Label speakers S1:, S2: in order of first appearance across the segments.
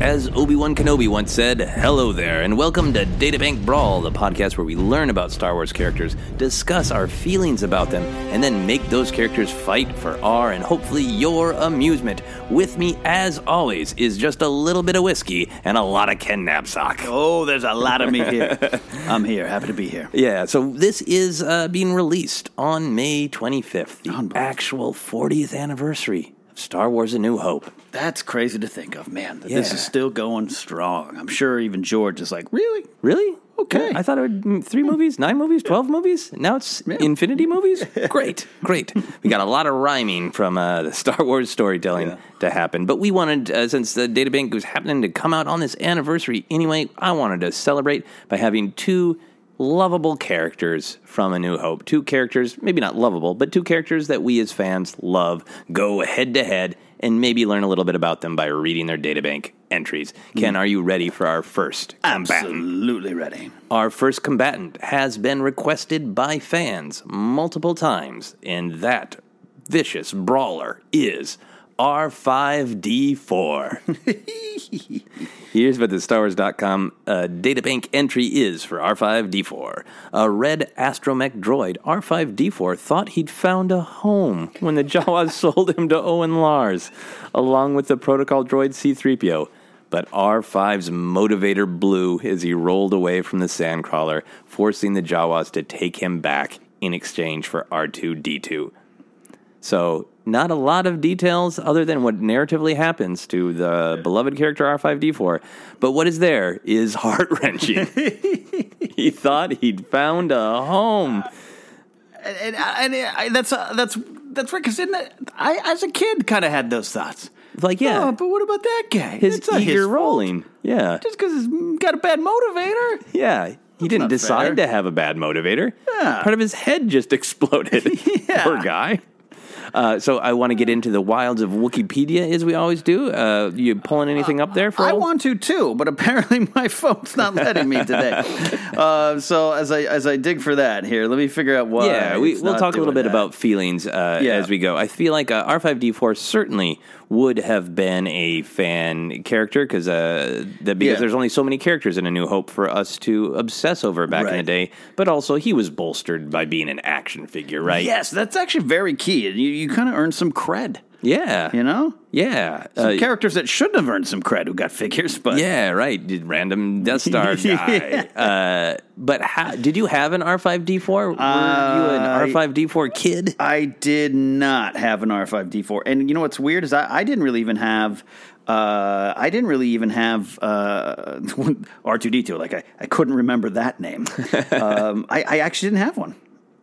S1: As Obi Wan Kenobi once said, hello there, and welcome to Databank Brawl, the podcast where we learn about Star Wars characters, discuss our feelings about them, and then make those characters fight for our and hopefully your amusement. With me, as always, is just a little bit of whiskey and a lot of Ken Knapsack.
S2: Oh, there's a lot of me here. I'm here. Happy to be here.
S1: Yeah, so this is uh, being released on May 25th, the actual 40th anniversary of Star Wars A New Hope.
S2: That's crazy to think of, man. That
S1: Yeah.
S2: This is still going strong. I'm sure even George is like, really?
S1: Really?
S2: Okay.
S1: I thought it would mm, three movies, nine movies, twelve movies. Now it's infinity movies. Great, great. we got a lot of rhyming from uh, the Star Wars storytelling to happen, but we wanted uh, since the data bank was happening to come out on this anniversary anyway. I wanted to celebrate by having two lovable characters from A New Hope. Two characters, maybe not lovable, but two characters that we as fans love. Go head to head. And maybe learn a little bit about them by reading their databank entries. Ken, are you ready for our first combatant?
S2: Hmm. Absolutely ready.
S1: Our first combatant has been requested by fans multiple times, and that vicious brawler is R5D4. Here's what the StarWars.com uh, databank entry is for R5D4. A red astromech droid, R5D4 thought he'd found a home when the Jawas sold him to Owen Lars, along with the protocol droid C3PO. but R5's motivator blew as he rolled away from the sandcrawler, forcing the Jawas to take him back in exchange for R2D2. So, not a lot of details other than what narratively happens to the beloved character R5D4, but what is there is heart wrenching. he thought he'd found a home.
S2: Uh, And, and, and I, that's uh, that's that's right. Because I, as a kid, kind of had those thoughts.
S1: Like, yeah,
S2: Oh, but what about that guy?
S1: his
S2: That's not
S1: eager
S2: fault.
S1: rolling. Yeah.
S2: Just because he's got a bad motivator.
S1: Yeah. He didn't
S2: not
S1: decide
S2: fair.
S1: to have a bad motivator.
S2: Yeah.
S1: Part of his head just exploded. Poor guy. Uh, so I want to get into the wilds of Wikipedia, as we always do. Uh, you pulling anything up there? For
S2: I want to too, but apparently my phone's not letting me today. uh, so as I as I dig for that here, let me figure out why.
S1: Yeah, we,
S2: it's
S1: we'll
S2: not
S1: talk a little
S2: doing
S1: bit
S2: that.
S1: about feelings uh,
S2: Yeah.
S1: as we go. I feel like uh, R5D4 certainly would have been a fan character because uh, that because
S2: Yeah.
S1: there's only so many characters in A New Hope for us to obsess over back in the
S2: Right.
S1: day. But also, he was bolstered by being an action figure, right?
S2: Yes, that's actually very key. You you kind of earn some cred,
S1: Yeah.
S2: you know.
S1: Yeah.
S2: Some
S1: Uh,
S2: characters that shouldn't have earned some cred who got figures, but
S1: yeah, right. Did Random Death Star guy. uh, but how, did you have an R5D4? Were
S2: Uh, I-
S1: you an R5D4 kid?
S2: I did not have an R5D4. And you know what's weird is I, I didn't really even have. Uh, I didn't really even have uh, R2D2. Like, I, I couldn't remember that name. um, I, I actually didn't have one.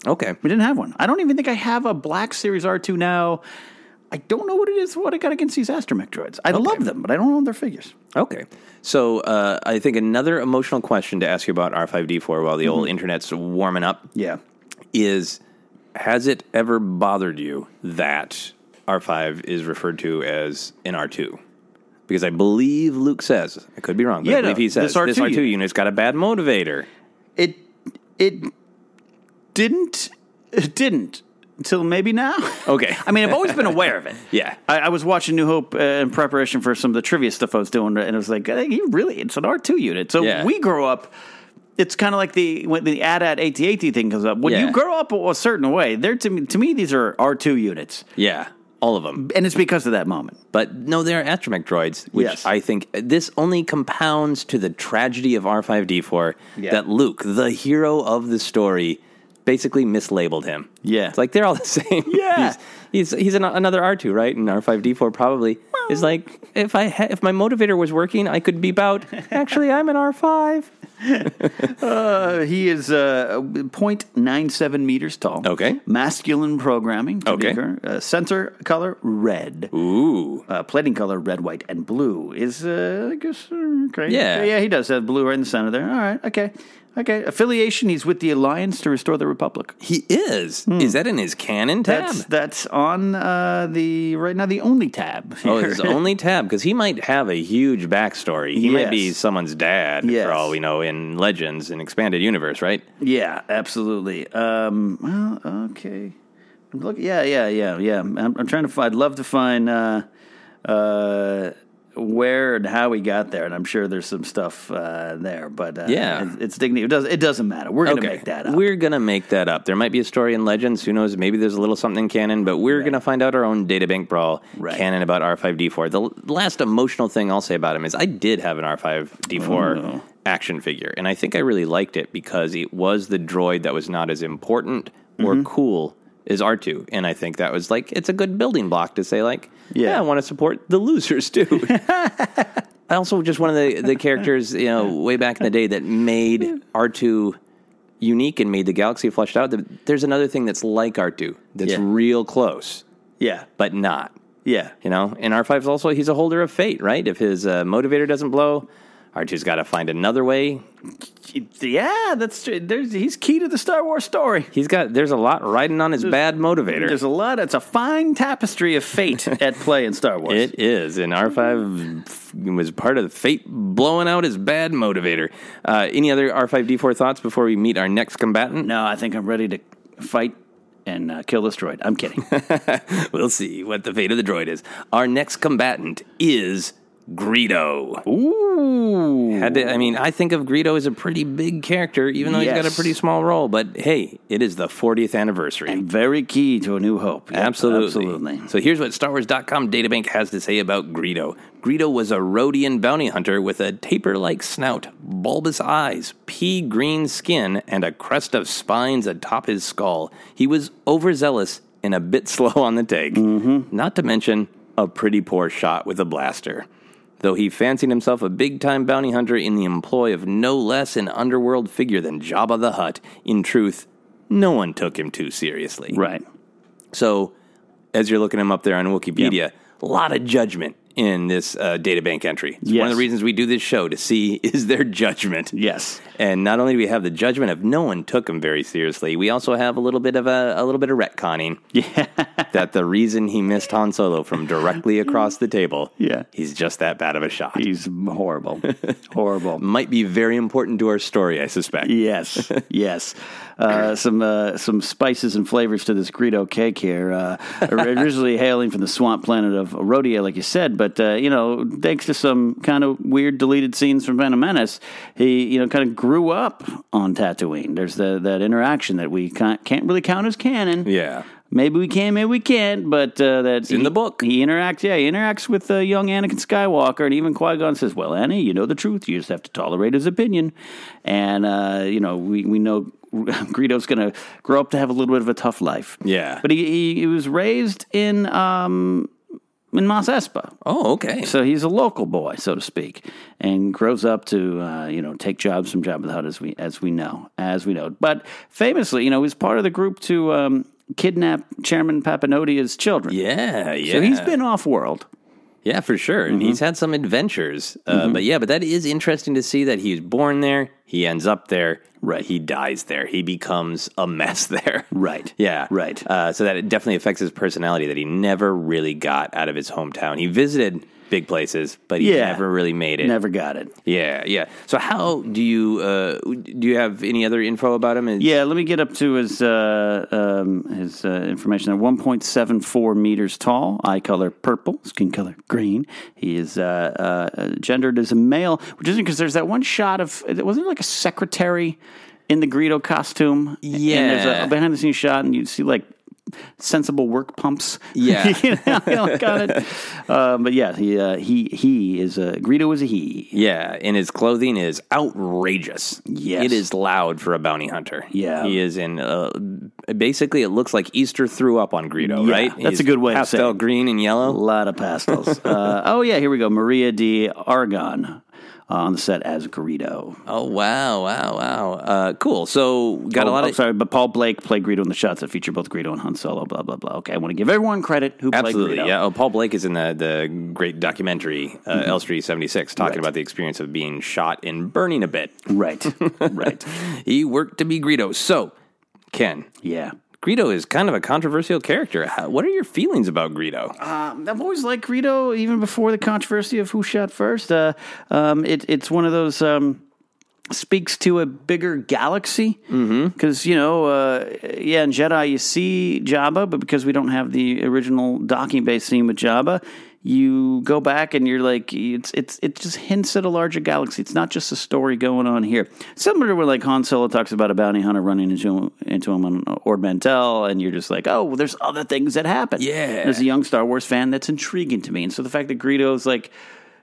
S1: Okay.
S2: We didn't have one. I don't even think I have a Black Series R2 now. I don't know what it is, what I got against these astromech droids. I love them, but I don't own their figures.
S1: Okay. So uh, I think another emotional question to ask you about R5D4 while the old internet's warming up
S2: Mm-hmm. Yeah.
S1: is has it ever bothered you that R5 is referred to as an R2? Because I believe Luke says, I could be wrong, but
S2: Yeah,
S1: I believe
S2: no,
S1: he says
S2: this R2
S1: this R2
S2: unit-
S1: unit's got a bad motivator.
S2: It, it didn't, it didn't until maybe now.
S1: Okay.
S2: I mean, I've always been aware of it.
S1: Yeah.
S2: I, I was watching New Hope uh, in preparation for some of the trivia stuff I was doing, and it was like, hey, you really, it's an R2 unit. So
S1: Yeah.
S2: we grow up. It's kind of like the when the AT-AT AT-AT thing comes up. When
S1: Yeah.
S2: you grow up a certain way, they're to me, to me these are R2 units,
S1: Yeah. All of them.
S2: and it's because of that moment.
S1: But no, they are astromech droids, which
S2: Yes.
S1: I think this only compounds to the tragedy of R5D4
S2: Yeah.
S1: that Luke, the hero of the story, basically mislabeled him.
S2: Yeah.
S1: It's like they're all the same.
S2: Yeah.
S1: He's he's, he's an, another R2, right? And R5D4 probably is like if I ha- if my motivator was working, I could be about actually I'm an R5.
S2: Uh, he is uh, 0.97 meters tall.
S1: Okay.
S2: Masculine programming. to be
S1: Okay.
S2: current. Uh, sensor color red.
S1: Ooh.
S2: Uh, plating color red, white, and blue is uh, I guess uh, okay.
S1: Yeah.
S2: yeah, he does have blue right in the center there. All right, okay, okay. Affiliation: He's with the Alliance to Restore the Republic. Hmm.
S1: He is. Is that in his canon tab?
S2: That's that's on uh, the right now the only tab.
S1: Oh,
S2: here.
S1: his only tab because he might have a huge backstory. He might be
S2: Yes.
S1: someone's dad
S2: Yes.
S1: for all we know in Legends and Expanded Universe, right?
S2: Yeah, absolutely. Um, well, okay. I'm look, yeah, yeah, yeah, yeah. I'm, I'm trying to find. I'd love to find uh, uh, where and how we got there, and I'm sure there's some stuff uh, there. But uh,
S1: Yeah.
S2: it's, it's dignity. It doesn't. It doesn't matter. We're gonna make that up.
S1: We're gonna make that up. There might be a story in Legends. Who knows? Maybe there's a little something in canon, but we're gonna find out our own databank brawl
S2: Right.
S1: canon about R5D4. The l- last emotional thing I'll say about him is I did have an R5D4
S2: Oh,
S1: action figure, and I think I really liked it because it was the droid that was not as important
S2: Mm-hmm.
S1: or cool as R2, and I think that was like it's a good building block to say like, yeah,
S2: Yeah.
S1: I want to support the losers too. I also just one of the, the characters, you know, way back in the day that made R2 unique and made the galaxy fleshed out. th- There's another thing that's like R2 that's
S2: Yeah.
S1: real close,
S2: yeah,
S1: but not.
S2: yeah.
S1: You know, and R5 is also, he's a holder of fate, right? If his uh, motivator doesn't blow, R2's got to find another way.
S2: Yeah, that's true. There's, he's key to the Star Wars story.
S1: He's got, there's a lot riding on his bad motivator.
S2: There's a lot. It's a fine tapestry of fate at play in Star Wars.
S1: It is, and R five was part of the fate blowing out his bad motivator. Uh, any other R five D four thoughts before we meet our next combatant?
S2: no, I think I'm ready to fight and uh, kill this droid. I'm kidding.
S1: We'll see what the fate of the droid is. Our next combatant is Greedo.
S2: Ooh.
S1: Had to, I mean, I think of Greedo as a pretty big character, even though he's got
S2: Yes.
S1: a pretty small role. But hey, it is the 40th anniversary.
S2: very key to a new hope. Yep,
S1: Absolutely.
S2: Absolutely.
S1: So here's what StarWars.com databank has to say about Greedo. Greedo was a Rhodian bounty hunter with a taper like snout, bulbous eyes, pea green skin, and a crest of spines atop his skull. He was overzealous and a bit slow on the take. Not to mention a pretty poor shot with a blaster. Though he fancied himself a big time bounty hunter in the employ of no less an underworld figure than Jabba the Hutt, in truth, no one took him too seriously.
S2: Right.
S1: So, as you're looking him up there on Wikipedia, a lot of judgment in this uh, data bank entry. It's One of
S2: Yes.
S1: the reasons we do this show to see is their judgment.
S2: Yes.
S1: And not only do we have the judgment of no one took him very seriously, we also have a little bit of a, a little bit of retconning. Yeah. that the reason he missed Han Solo from directly across the table.
S2: Yeah.
S1: He's just that bad of a shot.
S2: He's horrible. horrible.
S1: Might be very important to our story, I suspect.
S2: Yes, yes. Uh, some uh, some spices and flavors to this Greedo cake here. Uh, originally hailing from the swamp planet of Rhodia, like you said, but uh, you know, thanks to some kind of weird deleted scenes from Phantom Menace, he you know kind of grew up on Tatooine. There's the, that interaction that we can't, can't really count as canon.
S1: Yeah.
S2: Maybe we can, maybe we can't, but uh, that's
S1: in the book.
S2: He interacts, yeah, he interacts with uh, young Anakin Skywalker, and even Qui Gon says, "Well, Annie, you know the truth. You just have to tolerate his opinion." And uh, you know, we we know Greedo's going to grow up to have a little bit of a tough life.
S1: Yeah.
S2: but he he, he was raised in um in Mos Espa,
S1: Oh, okay.
S2: so he's a local boy, so to speak, and grows up to uh, you know take jobs from Jabba the Hutt as we as we know as we know. But famously, you know, he's part of the group to um, kidnap Chairman Papanotia's children.
S1: yeah, yeah.
S2: So he's been off world.
S1: Yeah, for sure. And
S2: Mm-hmm.
S1: he's had some adventures. Uh, But yeah, but that is interesting to see that he was born there, he ends up there, right? He dies there, he becomes a mess there.
S2: Right.
S1: Yeah.
S2: Right.
S1: Uh, so that it definitely affects his personality that he never really got out of his hometown. He visited big places, but he
S2: Yeah.
S1: never really made it.
S2: Never got it.
S1: Yeah, yeah. So how do you uh, do? You have any other info about him? Is-
S2: Yeah, let me get up to his uh, um, his uh, information. There, one point seven four meters tall, eye color purple, skin color green. He is uh, uh, gendered as a male, which isn't because there's that one shot of it wasn't it like a secretary in the Greedo costume. and there's
S1: Yeah.
S2: a behind the scenes shot, and you see like sensible work pumps.
S1: Yeah.
S2: you know, got it. Uh, but yeah, he uh, he he is a Greedo is a he.
S1: Yeah, and his clothing is outrageous.
S2: Yes.
S1: It is loud for a bounty hunter.
S2: Yeah.
S1: He is in, uh, basically, it looks like Easter threw up on Greedo,
S2: Yeah,
S1: right?
S2: that's a good way to say
S1: Pastel
S2: it.
S1: green and
S2: A
S1: yellow.
S2: lot of pastels. uh, oh yeah, here we go. Maria de Argon uh, on the set as Greedo.
S1: Oh, wow, wow, wow. Uh, cool. So, got a
S2: Oh,
S1: lot
S2: oh,
S1: of.
S2: sorry, but Paul Blake played Greedo in the shots that feature both Greedo and Han Solo. Blah blah blah. Okay, I want to give everyone credit who
S1: Absolutely,
S2: played Greedo.
S1: yeah. Oh, Paul Blake is in the, the great documentary uh,
S2: Mm-hmm.
S1: L Street seventy six, talking about the experience of being shot and burning a bit.
S2: Right, right.
S1: He worked to be Greedo. So, Ken,
S2: Yeah.
S1: Greedo is kind of a controversial character. How, what are your feelings about Greedo?
S2: Um, I've always liked Greedo, even before the controversy of who shot first. Uh, um, it, it's one of those um, speaks to a bigger galaxy because you know, uh, yeah, in Jedi you see Jabba, but because we don't have the original docking base scene with Jabba, you go back and you're like, it's it's it just hints at a larger galaxy. It's not just a story going on here. Similar to where like Han Solo talks about a bounty hunter running into into him on Ord Mantell, and you're just like, oh, well, there's other things that happen.
S1: Yeah.
S2: There's a young Star Wars fan, that's intriguing to me. And so the fact that Greedo's like,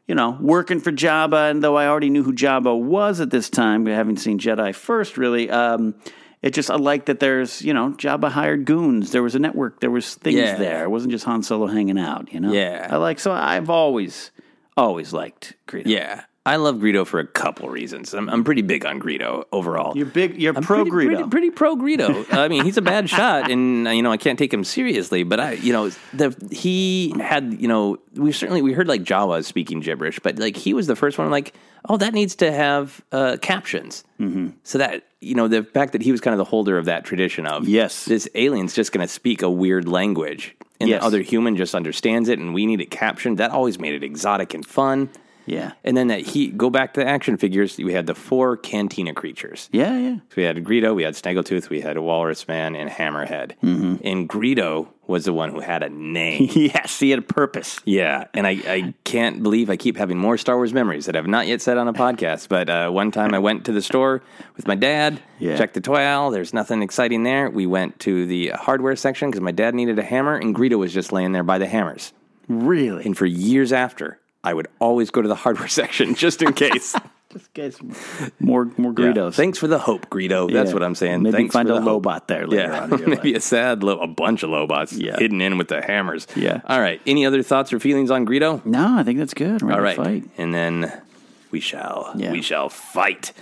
S2: you know, working for Jabba, and though I already knew who Jabba was at this time, having seen Jedi first, really, um, it just I like that there's you know Jabba hired goons. There was a network. There was things
S1: Yeah.
S2: there. It wasn't just Han Solo hanging out. You know.
S1: Yeah.
S2: I like so I've always always liked Greedo.
S1: Yeah. I love Greedo for a couple reasons. I'm, I'm pretty big on Greedo overall.
S2: You're big. You're
S1: I'm
S2: pro
S1: pretty,
S2: Greedo.
S1: Pretty, pretty pro Greedo. I mean, he's a bad shot, and you know I can't take him seriously. But I, you know, the he had, you know, we certainly we heard like Jawa speaking gibberish, but like he was the first one. Like, oh, that needs to have uh, captions. Mm-hmm. So that you know the fact that he was kind of the holder of that tradition of
S2: Yes.
S1: this alien's just going to speak a weird language, and
S2: Yes.
S1: the other human just understands it, and we need it captioned. That always made it exotic and fun.
S2: Yeah.
S1: And then that he go back to the action figures. We had the four Cantina creatures.
S2: Yeah, yeah.
S1: So we had Greedo, we had Snaggletooth, we had a Walrus Man, and Hammerhead.
S2: Mm-hmm.
S1: And Greedo was the one who had a name.
S2: Yes, he had a purpose.
S1: Yeah, and I, I can't believe I keep having more Star Wars memories that I've not yet said on a podcast. But uh, one time I went to the store with my dad,
S2: Yeah.
S1: checked the toy aisle. There's nothing exciting there. We went to the hardware section because my dad needed a hammer, and Greedo was just laying there by the hammers.
S2: Really?
S1: And for years after, I would always go to the hardware section just in case.
S2: Just get some more more
S1: Yeah.
S2: Greedos.
S1: Thanks for the hope, Greedo. That's
S2: Yeah.
S1: what I'm saying.
S2: Maybe
S1: Thanks
S2: find
S1: for
S2: a
S1: the hope.
S2: Lobot there later
S1: yeah.
S2: on in your
S1: Maybe
S2: life.
S1: a sad, lo- a bunch of Lobots
S2: Yeah.
S1: hidden in with the hammers.
S2: Yeah.
S1: All right. Any other thoughts or feelings on Greedo?
S2: No, I think that's good. We're
S1: All
S2: gonna
S1: right.
S2: Fight.
S1: And then we shall
S2: Yeah.
S1: we shall fight.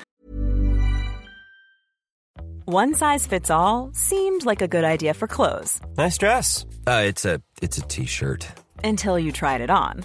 S3: One size fits all seemed like a good idea for clothes
S4: Nice dress. Uh, it's a it's a t-shirt.
S3: until you tried it on.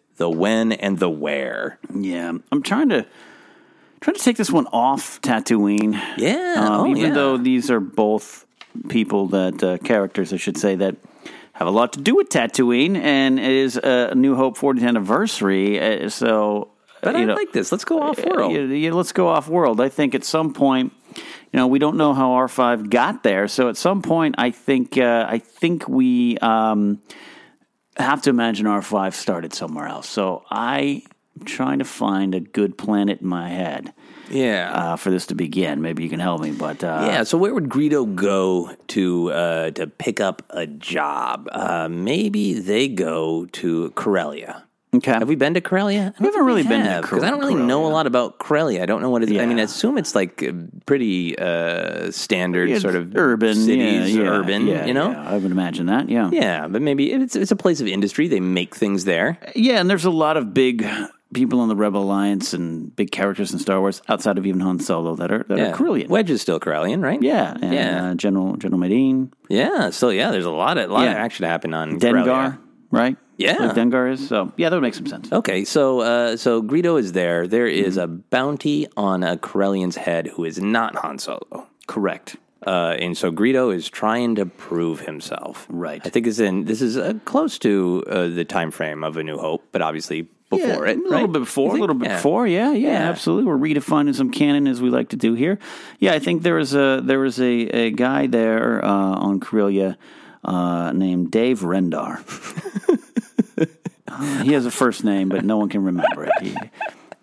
S1: the when and the where.
S2: Yeah, I'm trying to trying to take this one off Tatooine.
S1: Yeah,
S2: Um,
S1: oh,
S2: even
S1: yeah.
S2: though these are both people that uh, characters, I should say, that have a lot to do with Tatooine, and it is uh, a New Hope 40th anniversary. Uh, so,
S1: But
S2: you
S1: I
S2: know,
S1: like this. Let's go off world.
S2: Yeah, yeah, let's go off world. I think at some point, you know, we don't know how R five got there. So at some point, I think uh, I think we um, have to imagine R five started somewhere else. So I'm trying to find a good planet in my head
S1: yeah.
S2: uh, for this to begin. Maybe you can help me. But uh,
S1: Yeah, so where would Greedo go to uh, to pick up a job? Uh, maybe they go to Corellia. Okay. Have we been to Corelia? I
S2: We haven't really been to
S1: because I don't really know a lot about Corelia. I don't know what it's. I mean, I assume it's like uh, pretty uh, standard
S2: Yeah,
S1: sort of
S2: urban, yeah,
S1: cities,
S2: yeah,
S1: urban.
S2: yeah,
S1: you know,
S2: yeah, I would imagine that. Yeah,
S1: yeah, but maybe it's it's a place of industry. They make things there.
S2: Yeah, and there's a lot of big people on the Rebel Alliance and big characters in Star Wars outside of even Han Solo that are that
S1: Yeah.
S2: are Corellian.
S1: Wedge is still Corellian, right?
S2: Yeah, and,
S1: Yeah.
S2: Uh, General General Medine,
S1: Yeah, so yeah, there's a lot of lot of
S2: Yeah.
S1: action happening on
S2: Dengar,
S1: Corellia.
S2: right?
S1: Yeah.
S2: Like Dengar is. So yeah, that would make some sense. Mm-hmm.
S1: Okay, so uh, so Greedo is there. There is a bounty on a Corellian's head who is not Han Solo.
S2: Correct.
S1: Uh, and so Greedo is trying to prove himself.
S2: Right.
S1: I think it's in this is uh, close to uh, the time frame of A New Hope, but obviously before
S2: Yeah,
S1: it,
S2: a little
S1: right?
S2: bit before,
S1: You
S2: a
S1: think?
S2: little bit before, yeah, yeah, absolutely. We're redefining some canon as we like to do here. Yeah, I think there was a there was a, a guy there uh, on Corellia uh, named Dave Rendar. Uh, he has a first name, but no one can remember it. He-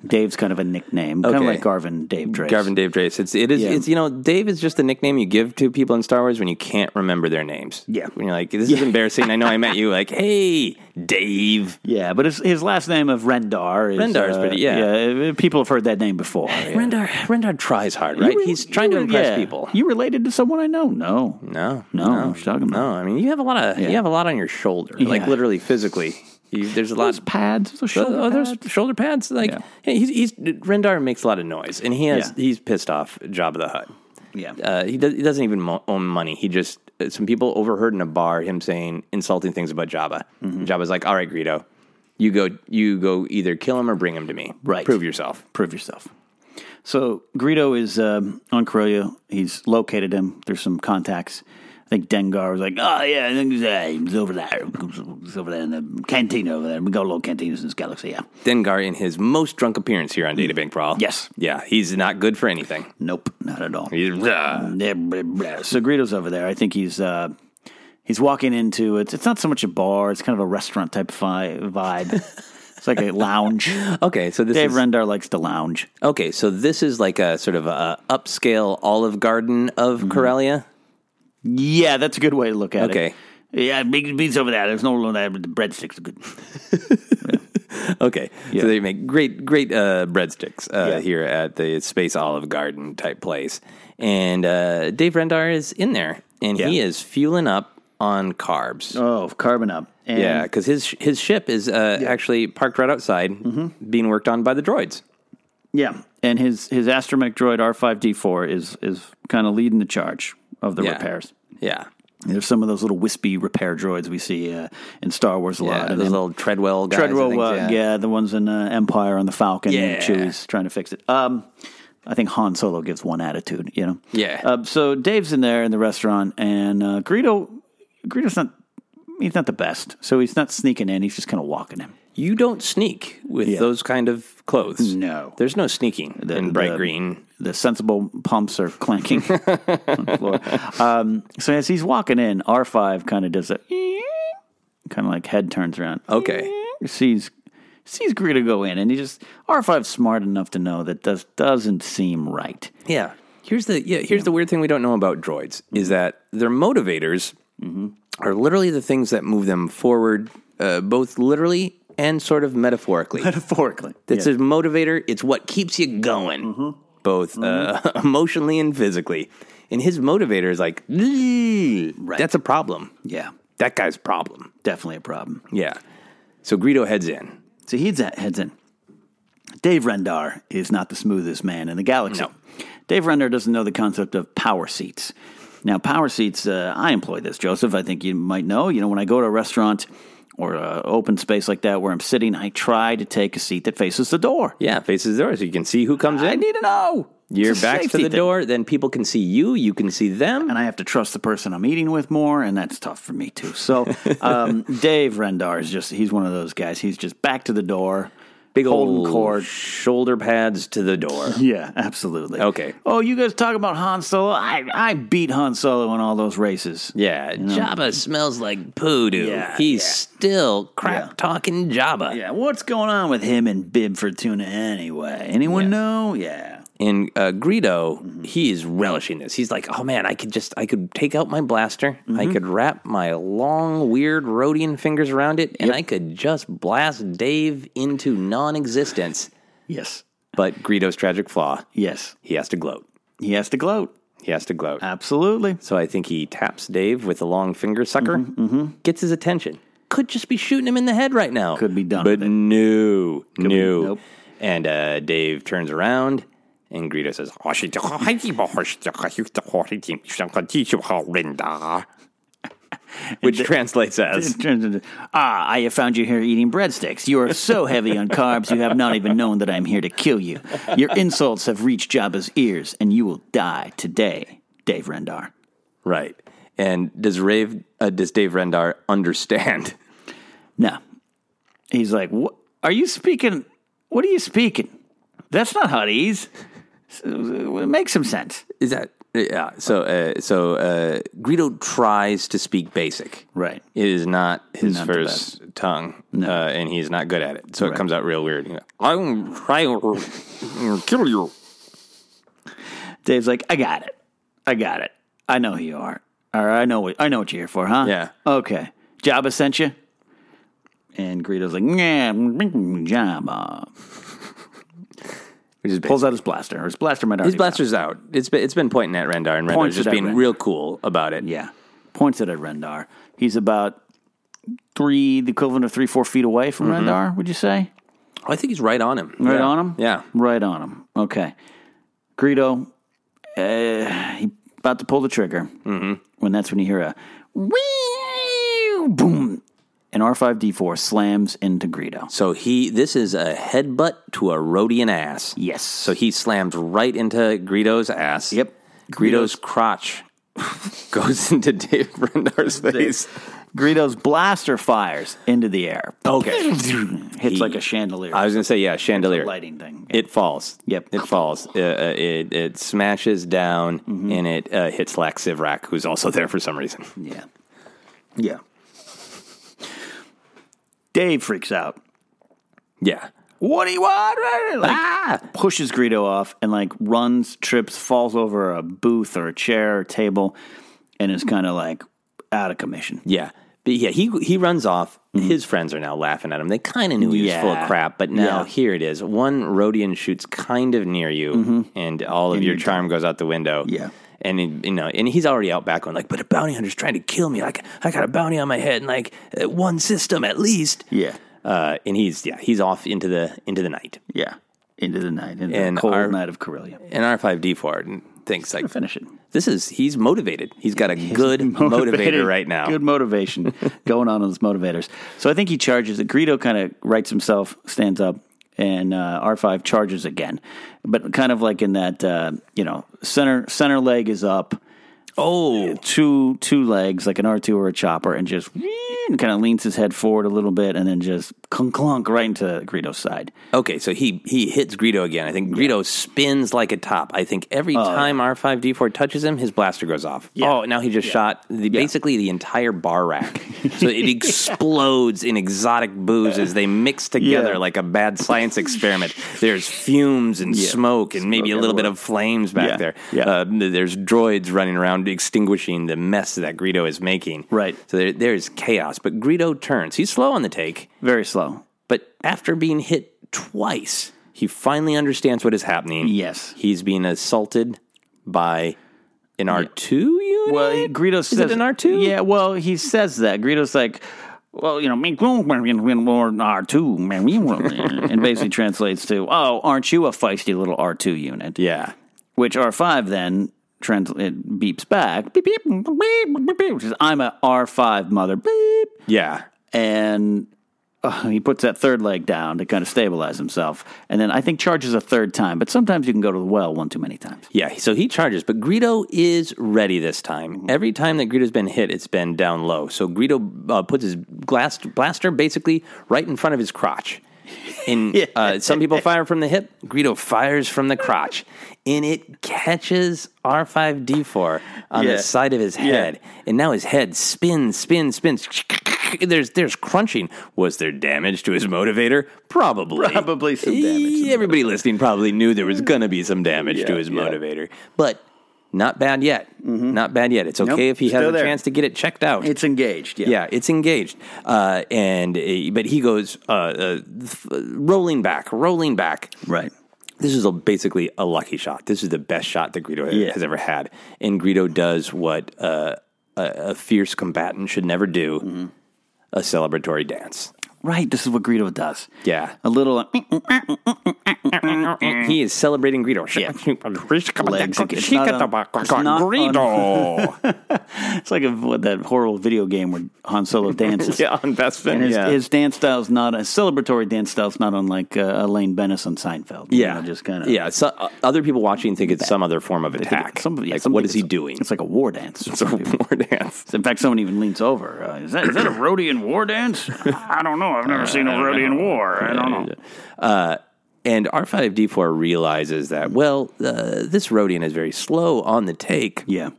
S2: Dave's kind of a nickname, kind
S1: Okay.
S2: of like Garvin Dave Drace.
S1: Garvin Dave Drace. It's it is
S2: Yeah.
S1: it's you know Dave is just the nickname you give to people in Star Wars when you can't remember their names.
S2: Yeah.
S1: when you're like this is embarrassing. I know I met you. Like hey Dave.
S2: Yeah, but his, his last name of Rendar is
S1: Rendar is
S2: uh,
S1: pretty- yeah.
S2: yeah. People have heard that name before. yeah.
S1: Rendar Rendar tries hard, right?
S2: You re-
S1: He's trying
S2: you
S1: to
S2: re-
S1: impress
S2: yeah.
S1: people.
S2: You related to someone I know? No,
S1: No,
S2: no. I was talking about.
S1: no. I mean, you have a lot of you
S2: Yeah.
S1: have a lot on your shoulder, like
S2: Yeah.
S1: literally physically. You, there's a lot.
S2: Those pads, those shoulder
S1: oh,
S2: pads.
S1: there's shoulder pads. Like
S2: Yeah.
S1: hey, he's, he's Rendar makes a lot of noise, and he has
S2: Yeah.
S1: he's pissed off Jabba the Hutt.
S2: Yeah.
S1: Uh, he, does, he doesn't even mo- own money. He just some people overheard in a bar him saying insulting things about Jabba.
S2: Mm-hmm.
S1: Jabba's like, "All right, Greedo, you go, you go, either kill him or bring him to me.
S2: Right.
S1: prove yourself."
S2: prove yourself. So Greedo is um, on Corellia. He's located him. There's some contacts. I think Dengar was like, "Oh yeah, I think he's, uh, he's over there. He's over there in the canteen over there. We got a little cantinas in this galaxy. Yeah,
S1: Dengar in his most drunk appearance here on Data Bank Brawl.
S2: Yes.
S1: yeah, he's not good for anything.
S2: nope, not at all.
S1: He's- ah.
S2: Yeah, blah, blah. So Greedo's over there. I think he's uh, he's walking into it's. It's not so much a bar. It's kind of a restaurant type fi- vibe. it's like a lounge.
S1: Okay, so this
S2: Dave
S1: is
S2: Rendar likes to lounge.
S1: okay. So this is like a sort of a upscale Olive Garden of Corellia.
S2: Mm-hmm. Yeah, that's a good way to look at it.
S1: Okay.
S2: Yeah, big beans over there. There's no one there, but the breadsticks are good.
S1: Okay,
S2: Yeah.
S1: so they make great, great uh, breadsticks uh,
S2: Yeah.
S1: here at the Space Olive Garden type place, and uh, Dave Rendar is in there, and he
S2: Yeah.
S1: is fueling up on carbs.
S2: Oh, carbon up. And
S1: Yeah, because his his ship is uh, actually parked right outside, being worked on by the droids.
S2: Mm-hmm. yeah. And his his astromech droid R five D four is is kind of leading the charge of the
S1: Yeah.
S2: repairs.
S1: Yeah,
S2: There's some of those little wispy repair droids we see uh, in Star Wars a
S1: yeah,
S2: lot.
S1: those
S2: And then
S1: little Treadwell guys. I
S2: Treadwell,
S1: think,
S2: uh, yeah. the ones in uh, Empire on the Falcon.
S1: Yeah.
S2: and Chewie's trying to fix it. Um, I think Han Solo gives one attitude. You know.
S1: Yeah.
S2: Uh, so Dave's in there in the restaurant, and uh, Greedo, Greedo's not. He's not the best, so he's not sneaking in. He's just kind of walking in.
S1: You don't sneak with
S2: Yeah.
S1: those kind of clothes.
S2: No.
S1: There's no sneaking in bright
S2: the-
S1: green.
S2: the sensible pumps are clanking on the floor. Um, so as he's walking in, R five kind of does a kind of like head turns around.
S1: Okay.
S2: sees sees Greedo go in, and he just R 5s smart enough to know that does doesn't seem right.
S1: Yeah. Here's the yeah, Mm-hmm. here's the weird thing we don't know about droids is that their motivators are literally the things that move them forward, uh, both literally and sort of metaphorically. Mm-hmm.
S2: Metaphorically,
S1: That's
S2: yeah.
S1: a motivator. It's what keeps you going, both Uh, emotionally and physically. And his motivator is like, right. that's a problem.
S2: yeah,
S1: That guy's problem.
S2: definitely a problem.
S1: Yeah. So Greedo heads in.
S2: So he's at, heads in. Dave Rendar is not the smoothest man in the galaxy.
S1: No.
S2: Dave Rendar doesn't know the concept of power seats. Now, power seats, uh, I employ this, Joseph. I think you might know. You know, when I go to a restaurant or a open space like that where I'm sitting, I try to take a seat that faces the door.
S1: Yeah, faces the door so you can see who comes
S2: I
S1: in.
S2: need to know.
S1: Your
S2: It's a
S1: back's to
S2: safety
S1: the
S2: thing.
S1: door, then people can see you, you can see them.
S2: and I have to trust the person I'm eating with more, and that's tough for me too. So, um, Dave Rendar is just—he's one of those guys. He's just back to the door,
S1: Big
S2: holding
S1: old
S2: court.
S1: shoulder pads to the door.
S2: Yeah, absolutely.
S1: Okay.
S2: Oh, you guys talk about Han Solo? I I beat Han Solo in all those races.
S1: Yeah, Jabba smells like poodoo.
S2: Yeah,
S1: He's
S2: yeah.
S1: still crap talking Jabba.
S2: Yeah, what's going on with him and Bib Fortuna anyway? Anyone
S1: Yeah.
S2: know? Yeah.
S1: And uh, Greedo, he is relishing this. He's like, oh man, I could just, I could take out my blaster, I
S2: Mhm.
S1: could wrap my long, weird Rhodian fingers around it, and I could just blast Dave into non existence.
S2: Yes.
S1: But Greedo's tragic flaw
S2: yes,
S1: he has to gloat.
S2: He has to gloat.
S1: He has to gloat.
S2: Absolutely. Mm-hmm,
S1: So I think he taps Dave with a long finger sucker, gets his attention. Could just be shooting him in the head right now. Could be done. But no, no. And uh, Dave turns around and Greedo says, "Oh, Which translates as
S2: It turns into, ah, I have found you here eating breadsticks. You are so heavy on carbs, you have not even known that I am here to kill you. Your insults have reached Jabba's ears, and you will die today, Dave Rendar.
S1: Right. And does Rave uh, does Dave Rendar understand?
S2: No. He's like, what? Are you speaking? What are you speaking? That's not Huddies. uh, It makes some sense.
S1: Is that yeah? So uh, so uh, Greedo tries to speak basic.
S2: Right.
S1: It is not his
S2: Not the
S1: first tongue, uh, and he's not good at it. So it
S2: Right.
S1: comes out real weird. You know, I'm trying to kill you.
S2: Dave's like, I got it. I got it. I know who you are. Or I know what I know what you're here for, huh?
S1: Yeah.
S2: Okay. Jabba sent you? And Greedo's like, yeah, Jabba.
S1: Which is
S2: pulls out his blaster. Or his blaster might already
S1: His
S2: be
S1: blaster's out. It's been it's been pointing at Rendar, and Rendar's
S2: Points
S1: just
S2: it at
S1: being
S2: Rendar.
S1: real cool about it.
S2: Yeah. Points it at Rendar. He's about three, the equivalent of three, four feet away from
S1: Mhm.
S2: Rendar, would you say?
S1: Oh, I think he's right on him.
S2: Right
S1: Yeah.
S2: on him?
S1: Yeah.
S2: Right on him. Okay. Greedo, uh, he about to pull the trigger. Mm-hmm. When that's when you hear a wee boom. And R5D4 slams into Greedo.
S1: So he this is a headbutt to a Rhodian ass.
S2: Yes. So
S1: he slams right into Greedo's ass. Yep. Greedo's, crotch goes into Dave Rendar's face.
S2: Greedo's blaster fires into the air.
S1: Okay.
S2: Hits like a chandelier.
S1: I was going to say, yeah, chandelier.
S2: lighting thing.
S1: It falls. Yep. It falls. Uh, uh, it, it smashes down
S2: Mm-hmm.
S1: and it uh, hits Lax Sivrak, who's also there for some reason.
S2: Yeah. Yeah. Dave freaks out.
S1: Yeah.
S2: What do you want? Ah! Like, Pushes Greedo off and like runs, trips, falls over a booth or a chair or table, and is kind of like out of commission. Mm-hmm.
S1: Yeah. But yeah, he he runs off. His friends are now laughing at him. They kind of knew he was full
S2: Yeah.
S1: of crap, but now
S2: Yeah.
S1: here it is. One Rhodian shoots kind of near you,
S2: Mm-hmm.
S1: and all of your charm goes out the window. Yeah. And it- you know, and he's already out back on like, but a bounty hunter's trying to kill me. Like I got a bounty on my head, and like uh, one system at least.
S2: Yeah.
S1: Uh, and he's yeah, he's off into the into the night.
S2: Yeah. Into the night. Into
S1: And
S2: the cold
S1: our-
S2: night of Corellia.
S1: And R five D four thinks like
S2: Finish it.
S1: this is he's motivated. He's got a good
S2: Motivated-
S1: motivator right now.
S2: Good motivation going on in those motivators. So I think he charges it. Greedo kind of rights himself, stands up, and uh, R5 charges again, but kind of like in that uh, you know center center leg is up.
S1: Oh,
S2: two two legs like an R two or a chopper, and just kind of leans his head forward a little bit, and then just clunk clunk right into Greedo's side.
S1: Okay, so he he hits Greedo again. I think Greedo spins like a top. I think every
S2: Oh,
S1: time R five D four touches him, his blaster goes off. Oh, now he just shot the, basically the entire bar rack. so it explodes in exotic booze as they mix together
S2: Yeah.
S1: like a bad science experiment. There's fumes and smoke and maybe a little bit of flames back
S2: Yeah.
S1: there.
S2: Yeah.
S1: Uh, there's droids running around extinguishing the mess that Greedo is making.
S2: Right.
S1: So there, there's chaos. But Greedo turns. He's slow on the take.
S2: Very slow.
S1: But after being hit twice, he finally understands what is happening.
S2: Yes.
S1: He's being assaulted by an R2 unit?
S2: Well, he- Greedo
S1: it
S2: says
S1: an R2?
S2: Yeah, well, he says that. Greedo's like, well, you know, me win R two, and basically translates to, oh, aren't you a feisty little R two unit?
S1: Yeah.
S2: Which R five then trans- it beeps back, beep beep beep beep, beep, beep, which is I'm a R five mother beep,
S1: Yeah.
S2: and. uh, he puts that third leg down to kind of stabilize himself, and then I think charges a third time. But sometimes you can go to the well one too many times.
S1: Yeah, so he charges, but Greedo is ready this time.
S2: Mm-hmm.
S1: Every time that Greedo's been hit, it's been down low. So Greedo uh, puts his glass, blaster basically right in front of his crotch. And uh, some people fire from the hip. Greedo fires from the crotch, and it catches R5D4 on
S2: Yeah.
S1: the side of his head. And now his head spins, spins, spins. there's there's crunching. Was there damage to his motivator? Probably.
S2: Probably some damage to the
S1: Everybody listening probably knew there was gonna be some damage to his motivator, but not bad yet. Not bad yet. It's okay
S2: Mm-hmm. Nope,
S1: if he has
S2: still
S1: a
S2: there.
S1: chance to get it checked out.
S2: It's engaged. Yeah.
S1: Yeah, it's engaged. Uh, and uh, but he goes uh, uh, f- rolling back, rolling back.
S2: Right.
S1: This is a, basically a lucky shot. This is the best shot that Greedo
S2: Yeah.
S1: has ever had. And Greedo does what uh, a, a fierce combatant should never do: a celebratory dance.
S2: Mm-hmm. Right. This is what Greedo does.
S1: Yeah,
S2: A little.
S1: he is celebrating Greedo.
S2: Yeah. Legs. It's not a- it's not
S1: Greedo.
S2: It's like a, what, that horrible video game where Han Solo dances.
S1: yeah, on best
S2: And his,
S1: yeah.
S2: his dance style's not a celebratory dance style's not unlike uh, Elaine Bennis on Seinfeld. You
S1: yeah,
S2: know, just kind of
S1: yeah. So, uh, other people watching think it's some other form of attack.
S2: Some, yeah,
S1: like,
S2: some
S1: what
S2: think
S1: is he
S2: it's-
S1: doing?
S2: It's like a war dance.
S1: It's a war dance.
S2: In fact, someone even leans over. Uh, is that is that a Rhodian war dance? I don't know. I've never seen a Rhodian war. I don't know.
S1: Uh, and R5D4 realizes that, well, uh, this Rodian is very slow on the take,
S2: Yeah.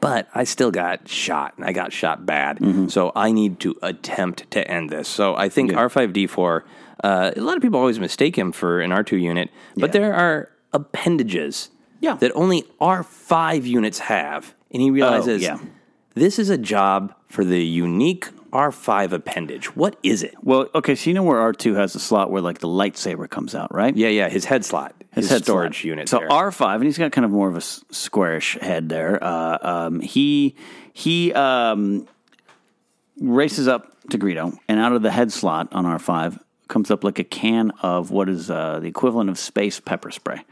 S1: but I still got shot and I got shot bad.
S2: Mm-hmm.
S1: So I need to attempt to end this. So I think R5D4, uh, a lot of people always mistake him for an R2 unit, but there are appendages
S2: Yeah. Oh,
S1: that only R5 units have. And he realizes
S2: yeah.
S1: this is a job for the unique R5 appendage. What is it?
S2: Well, okay. So you know where R two has a slot where like the lightsaber comes out, right?
S1: Yeah, yeah, his head slot, his,
S2: head
S1: storage
S2: slot.
S1: unit.
S2: So
S1: there.
S2: R five, and he's got kind of more of a s- squarish head there. Uh, um, he he um, races up to Greedo, and out of the head slot on R five comes up like a can of what is uh, the equivalent of space pepper spray,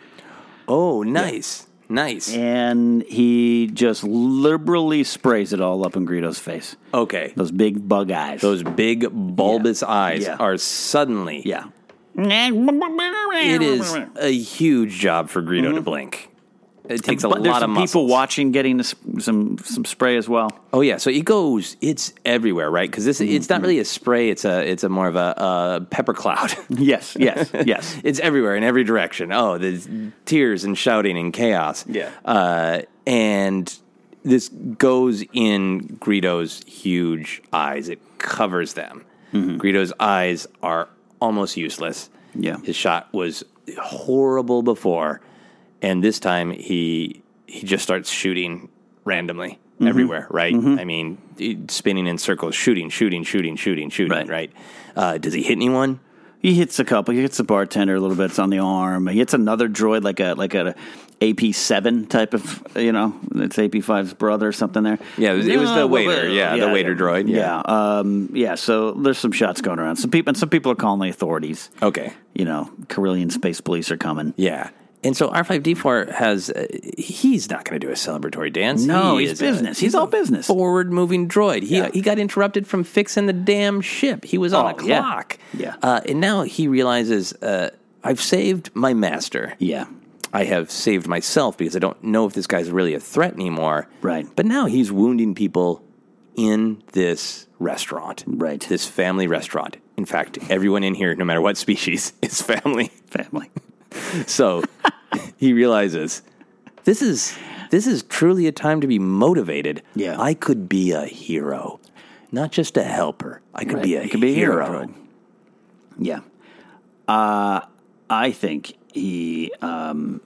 S1: Oh, nice, nice.
S2: and he just liberally sprays it all up in Greedo's face.
S1: Okay,
S2: Those big bug eyes.
S1: those big bulbous eyes
S2: Yeah.
S1: are suddenly.
S2: yeah. It
S1: It is a huge job for Greedo to
S2: Mm-hmm.
S1: blink. It takes
S2: but
S1: a
S2: there's
S1: lot of
S2: some
S1: muscles.
S2: people watching getting this, some some spray as well.
S1: Oh yeah, so it goes. It's everywhere, right? Because this it's
S2: Mm-hmm.
S1: not really a spray. It's a it's a more of a, uh pepper cloud.
S2: Yes, yes, yes.
S1: it's everywhere in every direction. Oh, there's tears and shouting and chaos.
S2: Yeah.
S1: Uh, and this goes in Greedo's huge eyes. It covers them. Greedo's eyes are almost useless.
S2: Mm-hmm. Yeah.
S1: His shot was horrible before, and this time he he just starts shooting randomly
S2: Mm-hmm.
S1: everywhere. Right? I mean, it- spinning in circles, shooting, shooting, shooting, shooting, shooting. Right?
S2: Right.
S1: Uh, does he hit anyone?
S2: He hits a couple. He hits the bartender a little bit. It's on the arm. He hits another droid, like a like a AP seven type of you know, it's AP 5's brother or something there.
S1: Yeah, it was- it was the
S2: Uh,
S1: waiter. Yeah, the waiter droid. Yeah.
S2: Yeah, um, yeah. So there's some shots going around. Some people and some people are calling the authorities.
S1: Okay.
S2: You know, Carillion space police are coming.
S1: Yeah. And so R5D4 has, uh, he's not going to do a celebratory dance.
S2: No, he's
S1: is
S2: business. He's all
S1: a
S2: business.
S1: Forward moving droid. He,
S2: Yeah.
S1: he got interrupted from fixing the damn ship. He was on a
S2: Oh, yeah.
S1: clock.
S2: Yeah.
S1: Uh, and now he realizes, uh, I've saved my master.
S2: Yeah,
S1: I have saved myself because I don't know if this guy's really a threat anymore.
S2: Right.
S1: But now he's wounding people in this restaurant.
S2: Right.
S1: This family restaurant. In fact, everyone in here, no matter what species, is family.
S2: family.
S1: So he realizes this is this is truly a time to be motivated.
S2: Yeah.
S1: I could be a hero, not just a helper. I could be a
S2: It could be a hero
S1: hero.
S2: droid. Yeah. Uh, I think he. Um,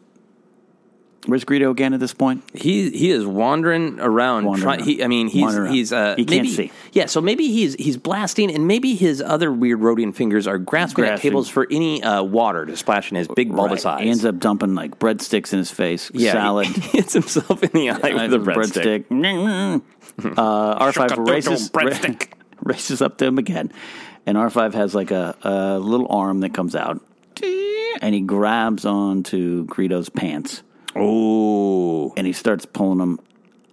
S2: where's Greedo again at this point?
S1: He he is wandering around.
S2: Wandering
S1: try,
S2: around.
S1: he, I mean, he's
S2: Wandering around.
S1: he's uh,
S2: He can't
S1: maybe-
S2: see.
S1: Yeah, so maybe he's he's blasting, and maybe his other weird Rhodian fingers are grasping, at
S2: Grasping.
S1: tables for any uh, water to splash in his big bulbous
S2: Right.
S1: eyes.
S2: He ends up dumping like breadsticks in his face,
S1: yeah,
S2: salad,
S1: He, hits himself in the eye with a breadstick.
S2: uh, R five
S1: Shuck-a-doodle
S2: races
S1: breadstick.
S2: races up to him again, and R five has like a, a little arm that comes out, and he grabs onto Greedo's pants,
S1: Oh,
S2: and he starts pulling him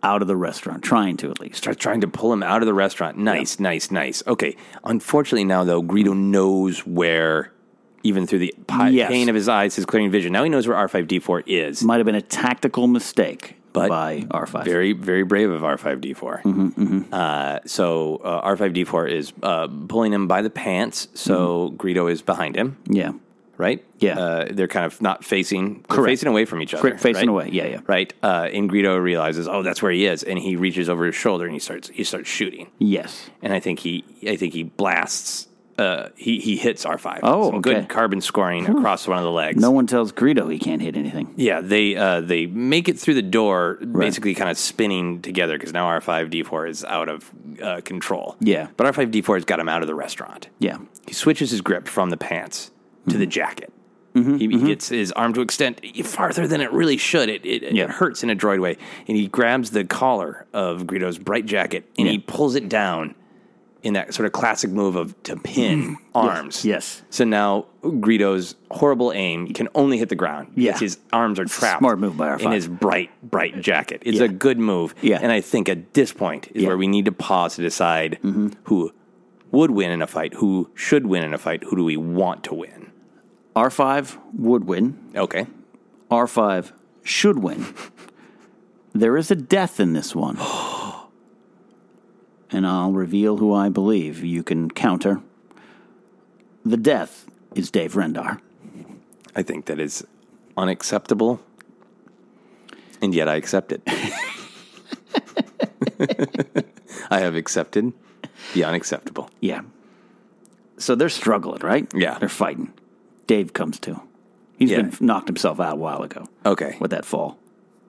S2: out of the restaurant, trying to at least.
S1: Start trying to pull him out of the restaurant. Nice, nice, nice. Okay. Unfortunately, now though, Greedo knows where, even through the pi-
S2: Yes.
S1: pain of his eyes, his clearing vision. Now he knows where R five D four is.
S2: Might have been a tactical mistake
S1: But
S2: by R five. Mm-hmm,
S1: Very, very brave of R five D four. So uh,
S2: Mm-hmm.
S1: R five D four is uh, pulling him by the pants. So Greedo is behind him,
S2: yeah.
S1: right? Yeah. Uh, they're kind of not facing, they're
S2: Correct.
S1: facing away from each other.
S2: Correct, facing
S1: right?
S2: away. Yeah, yeah.
S1: Right. Uh, and Greedo realizes, oh, that's where he is, and he reaches over his shoulder and he starts he starts shooting.
S2: Yes.
S1: And I think he I think he blasts. Uh, he he hits R five.
S2: Oh,
S1: Some good
S2: okay.
S1: carbon scoring across one of the legs.
S2: No one tells Greedo he can't hit anything.
S1: Yeah, they uh, they make it through the door, basically kind of spinning together because now R five D four is out of uh, control.
S2: Yeah.
S1: but R five D four has got him out of the restaurant.
S2: Yeah. Hmm.
S1: He switches his grip from the pants to the jacket. He,
S2: Mm-hmm.
S1: he gets his arm to extend farther than it really should. It it, it hurts in a droid way, and he grabs the collar of Greedo's bright jacket and he pulls it down in that sort of classic move of to pin arms.
S2: Mm. yes.
S1: So now Greedo's horrible aim can only hit the ground.
S2: Yeah.
S1: because His arms are trapped.
S2: smart move by R5.
S1: In his bright, bright jacket. It's
S2: Yeah.
S1: a good move.
S2: Yeah.
S1: And I think at this point is where we need to pause to decide
S2: Mm-hmm.
S1: who would win in a fight, who should win in a fight, who do we want to win.
S2: R5 would win.
S1: Okay.
S2: R5 should win. there is a death in this one. and I'll reveal who I believe you can counter. The death is Dave Rendar.
S1: I think that is unacceptable. And yet I accept it. I have accepted the unacceptable.
S2: Yeah. So they're struggling, right?
S1: Yeah.
S2: They're fighting. Dave comes to. He's
S1: Yeah.
S2: been knocked himself out a while ago
S1: Okay.
S2: with that fall.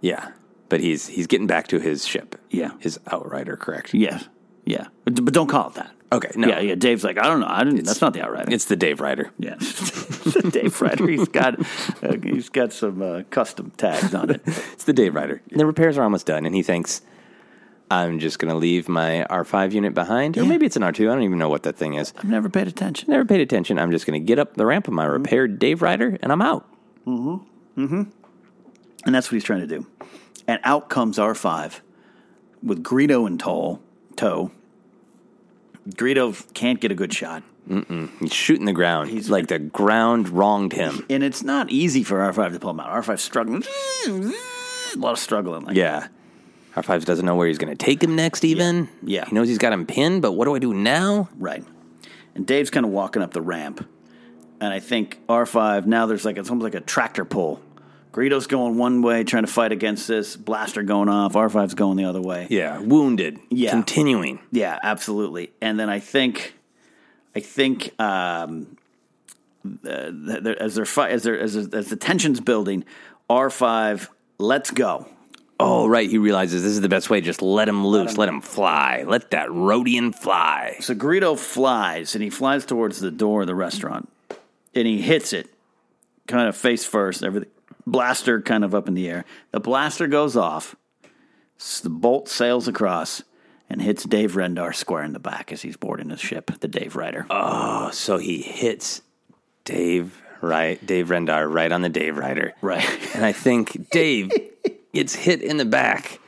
S1: Yeah. But he's he's getting back to his ship.
S2: Yeah.
S1: His outrider, correct?
S2: Yeah. Yeah. But, but don't call it that.
S1: Okay. No.
S2: Yeah, yeah. Dave's like, I don't know. I didn't. That's not the outrider.
S1: It's the Dave Rider.
S2: Yeah, Dave Ryder. He's got uh, he's got some uh, custom tags on it.
S1: It's the Dave Rider. And the repairs are almost done, and he thinks, I'm just going to leave my R5 unit behind. Or maybe it's an R2. I don't even know what that thing is.
S2: I've never paid attention. Mm-hmm.
S1: Never paid attention. I'm just going to get up the ramp of my repaired Dave Rider, and I'm out.
S2: And that's what he's trying to do. And out comes R five with Greedo and Toll Toe. Greedo can't get a good shot,
S1: He's shooting the ground. He's like the ground wronged him.
S2: and it's not easy for R five to pull him out. R 5 struggling, a lot of struggling. Like,
S1: Yeah. R5 doesn't know where he's going to take him next, even.
S2: Yeah.
S1: He knows he's got him pinned, but what do I do now?
S2: Right. And Dave's kind of walking up the ramp. And I think R5, now there's like, it's almost like a tractor pull. Greedo's going one way, trying to fight against this. Blaster going off. R5's going the other way.
S1: Yeah. Wounded.
S2: Yeah.
S1: Continuing.
S2: Yeah, absolutely. And then I think, I think, um, uh, th- th- as they're fi- as they're, as, as the tensions building, R five, let's go.
S1: Oh, right. He realizes this is the best way. Just let him loose. Let him fly. Let that Rhodian fly.
S2: So Greedo flies and he flies towards the door of the restaurant and he hits it kind of face first, everything blaster kind of up in the air. The blaster goes off, s- the bolt sails across and hits Dave Rendar square in the back as he's boarding his ship, the Dave Rider.
S1: Oh, So he hits Dave right Dave Rendar right on the Dave Rider.
S2: Right.
S1: And I think Dave gets hit in the back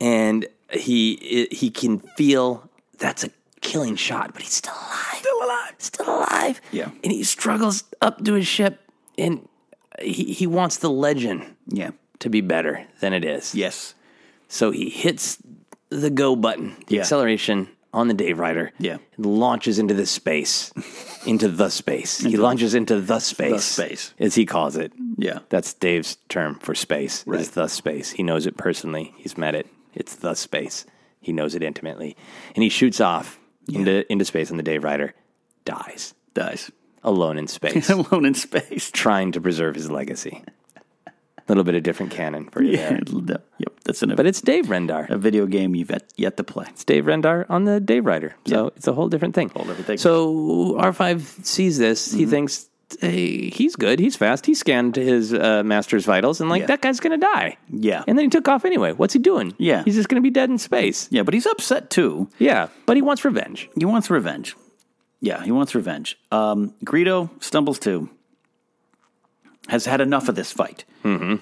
S1: and he he can feel that's a killing shot, but he's still alive. Still alive. Still alive.
S2: Yeah.
S1: And he struggles up to his ship and he, he wants the legend
S2: yeah.
S1: to be better than it is.
S2: Yes.
S1: So he hits the go button, the
S2: Yeah.
S1: acceleration on the Dave Rider.
S2: Yeah.
S1: And launches into the space, into the space. he launches into the space.
S2: space.
S1: As he calls it.
S2: Yeah.
S1: That's Dave's term for space,
S2: Right.
S1: is the space. He knows it personally. He's met it. It's the space. He knows it intimately. And he shoots off into, into space on the Dave Rider, dies
S2: Dies.
S1: alone in space,
S2: Alone in space.
S1: trying to preserve his legacy. A little bit of different canon for you there.
S2: yep. That's in a,
S1: But it's Dave Rendar.
S2: a video game you've yet, yet to play.
S1: it's Dave Rendar on the Dave Rider. So it's a whole different thing. Whole
S2: different thing. Mm-hmm.
S1: So R5 sees this. He thinks, hey, he's good. He's fast. He scanned his uh, master's vitals and, like,
S2: Yeah.
S1: that guy's going to die.
S2: Yeah.
S1: And then he took off anyway. What's he doing?
S2: Yeah.
S1: He's just going to be dead in space.
S2: Yeah, but he's upset too.
S1: Yeah. But he wants revenge.
S2: He wants revenge. Yeah, he wants revenge. Um, Greedo stumbles too, has had enough of this fight, and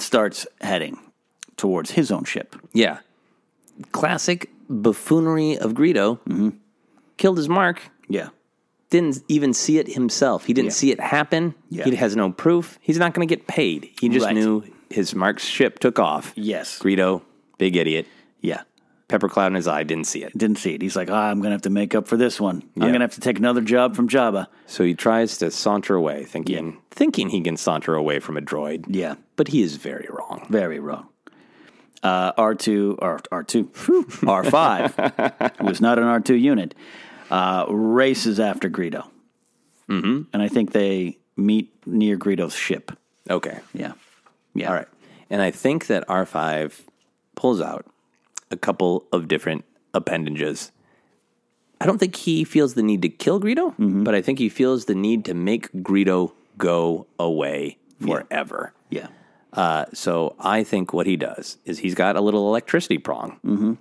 S2: starts heading towards his own ship.
S1: Yeah. Classic buffoonery of Greedo. Killed his mark.
S2: Mm-hmm. Yeah.
S1: Didn't even see it himself. He didn't
S2: Yeah.
S1: see it happen.
S2: Yeah.
S1: He has no proof. He's not going to get paid. He just
S2: Right.
S1: knew his Mark's ship took off.
S2: Yes.
S1: Greedo, big idiot.
S2: Yeah.
S1: pepper cloud in his eye. Didn't see it.
S2: Didn't see it. He's like, ah, I'm going to have to make up for this one. I'm going to have to take another job from Jabba.
S1: So he tries to saunter away, thinking thinking he can saunter away from a droid.
S2: Yeah.
S1: But he is very wrong.
S2: Very wrong. Uh, R2, R, R2, phew, R5, who is not an R2 unit, uh, races after Greedo. Mm-hmm. And I think they meet near Greedo's ship.
S1: Okay.
S2: Yeah. Yeah.
S1: All right. And I think that R5 pulls out a couple of different appendages. I don't think he feels the need to kill Greedo,
S2: Mm-hmm.
S1: but I think he feels the need to make Greedo go away forever.
S2: Yeah.
S1: Uh, so I think what he does is he's got a little electricity prong,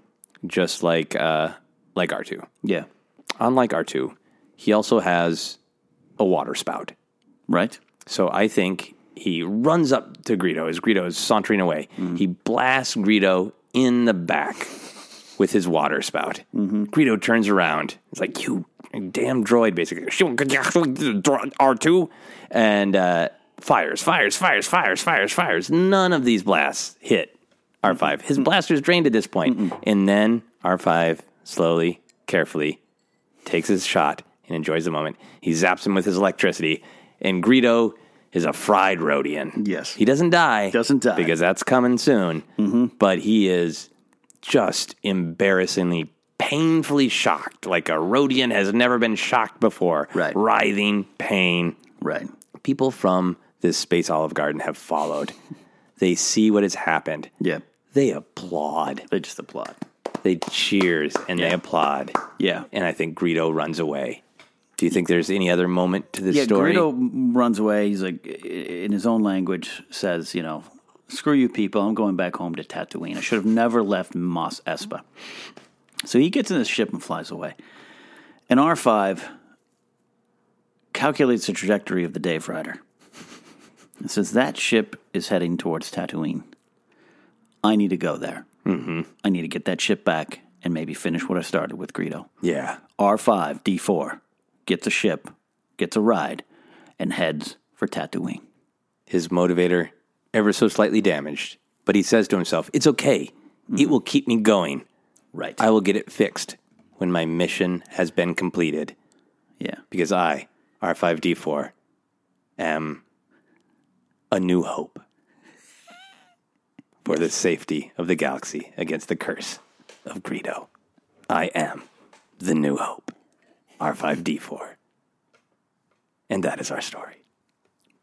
S1: just like uh, like R two.
S2: Mm-hmm. Yeah.
S1: Unlike R two, he also has a water spout.
S2: Right?
S1: So I think he runs up to Greedo as Greedo is sauntering away. He blasts Greedo in the back with his water spout. Greedo turns around. It's like, you damn droid, basically. R2. And uh, fires, fires, fires, fires, fires, fires. None of these blasts hit R5. His blaster's drained at this point. And then R5 slowly, carefully takes his shot and enjoys the moment. He zaps him with his electricity, and Greedo is a fried Rodian.
S2: Yes.
S1: He doesn't die.
S2: Doesn't die. Mm-hmm.
S1: Because that's coming soon. But he is just embarrassingly, painfully shocked, like a Rodian has never been shocked before.
S2: Right.
S1: Writhing pain.
S2: Right.
S1: People from this Space Olive Garden have followed. they see what has happened.
S2: Yeah.
S1: They applaud.
S2: They just applaud.
S1: They cheers and they applaud.
S2: Yeah.
S1: And I think Greedo runs away. Do you think there's any other moment to this
S2: yeah,
S1: story?
S2: Greedo m- runs away. He's like, i- in his own language, says, you know, screw you people. I'm going back home to Tatooine. I should have never left Mos Espa. So he gets in his ship and flies away. And R5 calculates the trajectory of the Dave Rider. And says, that ship is heading towards Tatooine. I need to go there. Mm-hmm. I need to get that ship back and maybe finish what I started with Greedo.
S1: yeah.
S2: R5 D4 gets a ship, gets a ride, and heads for Tatooine.
S1: his motivator ever so slightly damaged, but he says to himself, It's okay. It will keep me going.
S2: Right.
S1: I will get it fixed when my mission has been completed
S2: yeah.
S1: because I, R5D4, am a new hope for the safety of the galaxy against the curse of Greedo. I am the new hope, R5D4. And that is our story.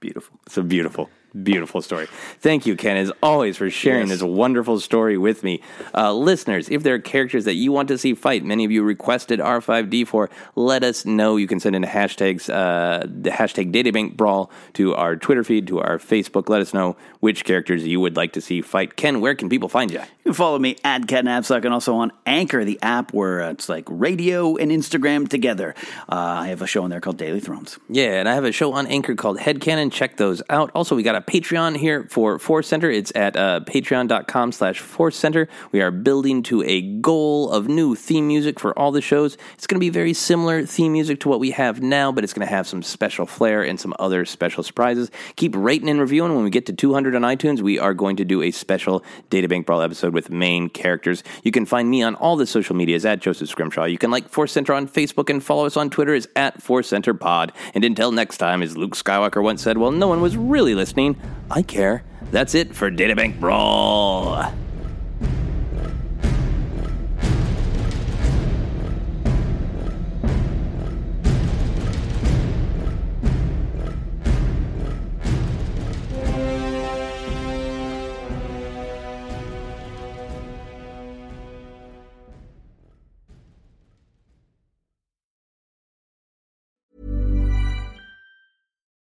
S2: Beautiful.
S1: It's a beautiful, beautiful story. Thank you, Ken, as always, for sharing this wonderful story with me. Uh, listeners, if there are characters that you want to see fight, many of you requested R5D4, let us know. You can send in hashtags, uh, the hashtag databank brawl to our Twitter feed, to our Facebook. Let us know which characters you would like to see fight. Ken, where can people find you?
S2: You can follow me at Cat Napsuck and also on Anchor, the app where uh, it's like radio and Instagram together. Uh, I have a show on there called Daily Thrones.
S1: Yeah, and I have a show on Anchor called Headcanon. Check those out. Also, we got a Patreon here for Force Center. It's at uh, patreon.com slash Force Center. We are building to a goal of new theme music for all the shows. It's going to be very similar theme music to what we have now, but it's going to have some special flair and some other special surprises. Keep rating and reviewing. When we get to 200 on iTunes, we are going to do a special Databank Brawl episode with main characters. You can find me on all the social medias at Joseph Scrimshaw. You can like Force Center on Facebook and follow us on Twitter is at Force Center Pod. And until next time, as Luke Skywalker once said, well, no one was really listening. I care. That's it for Databank Brawl.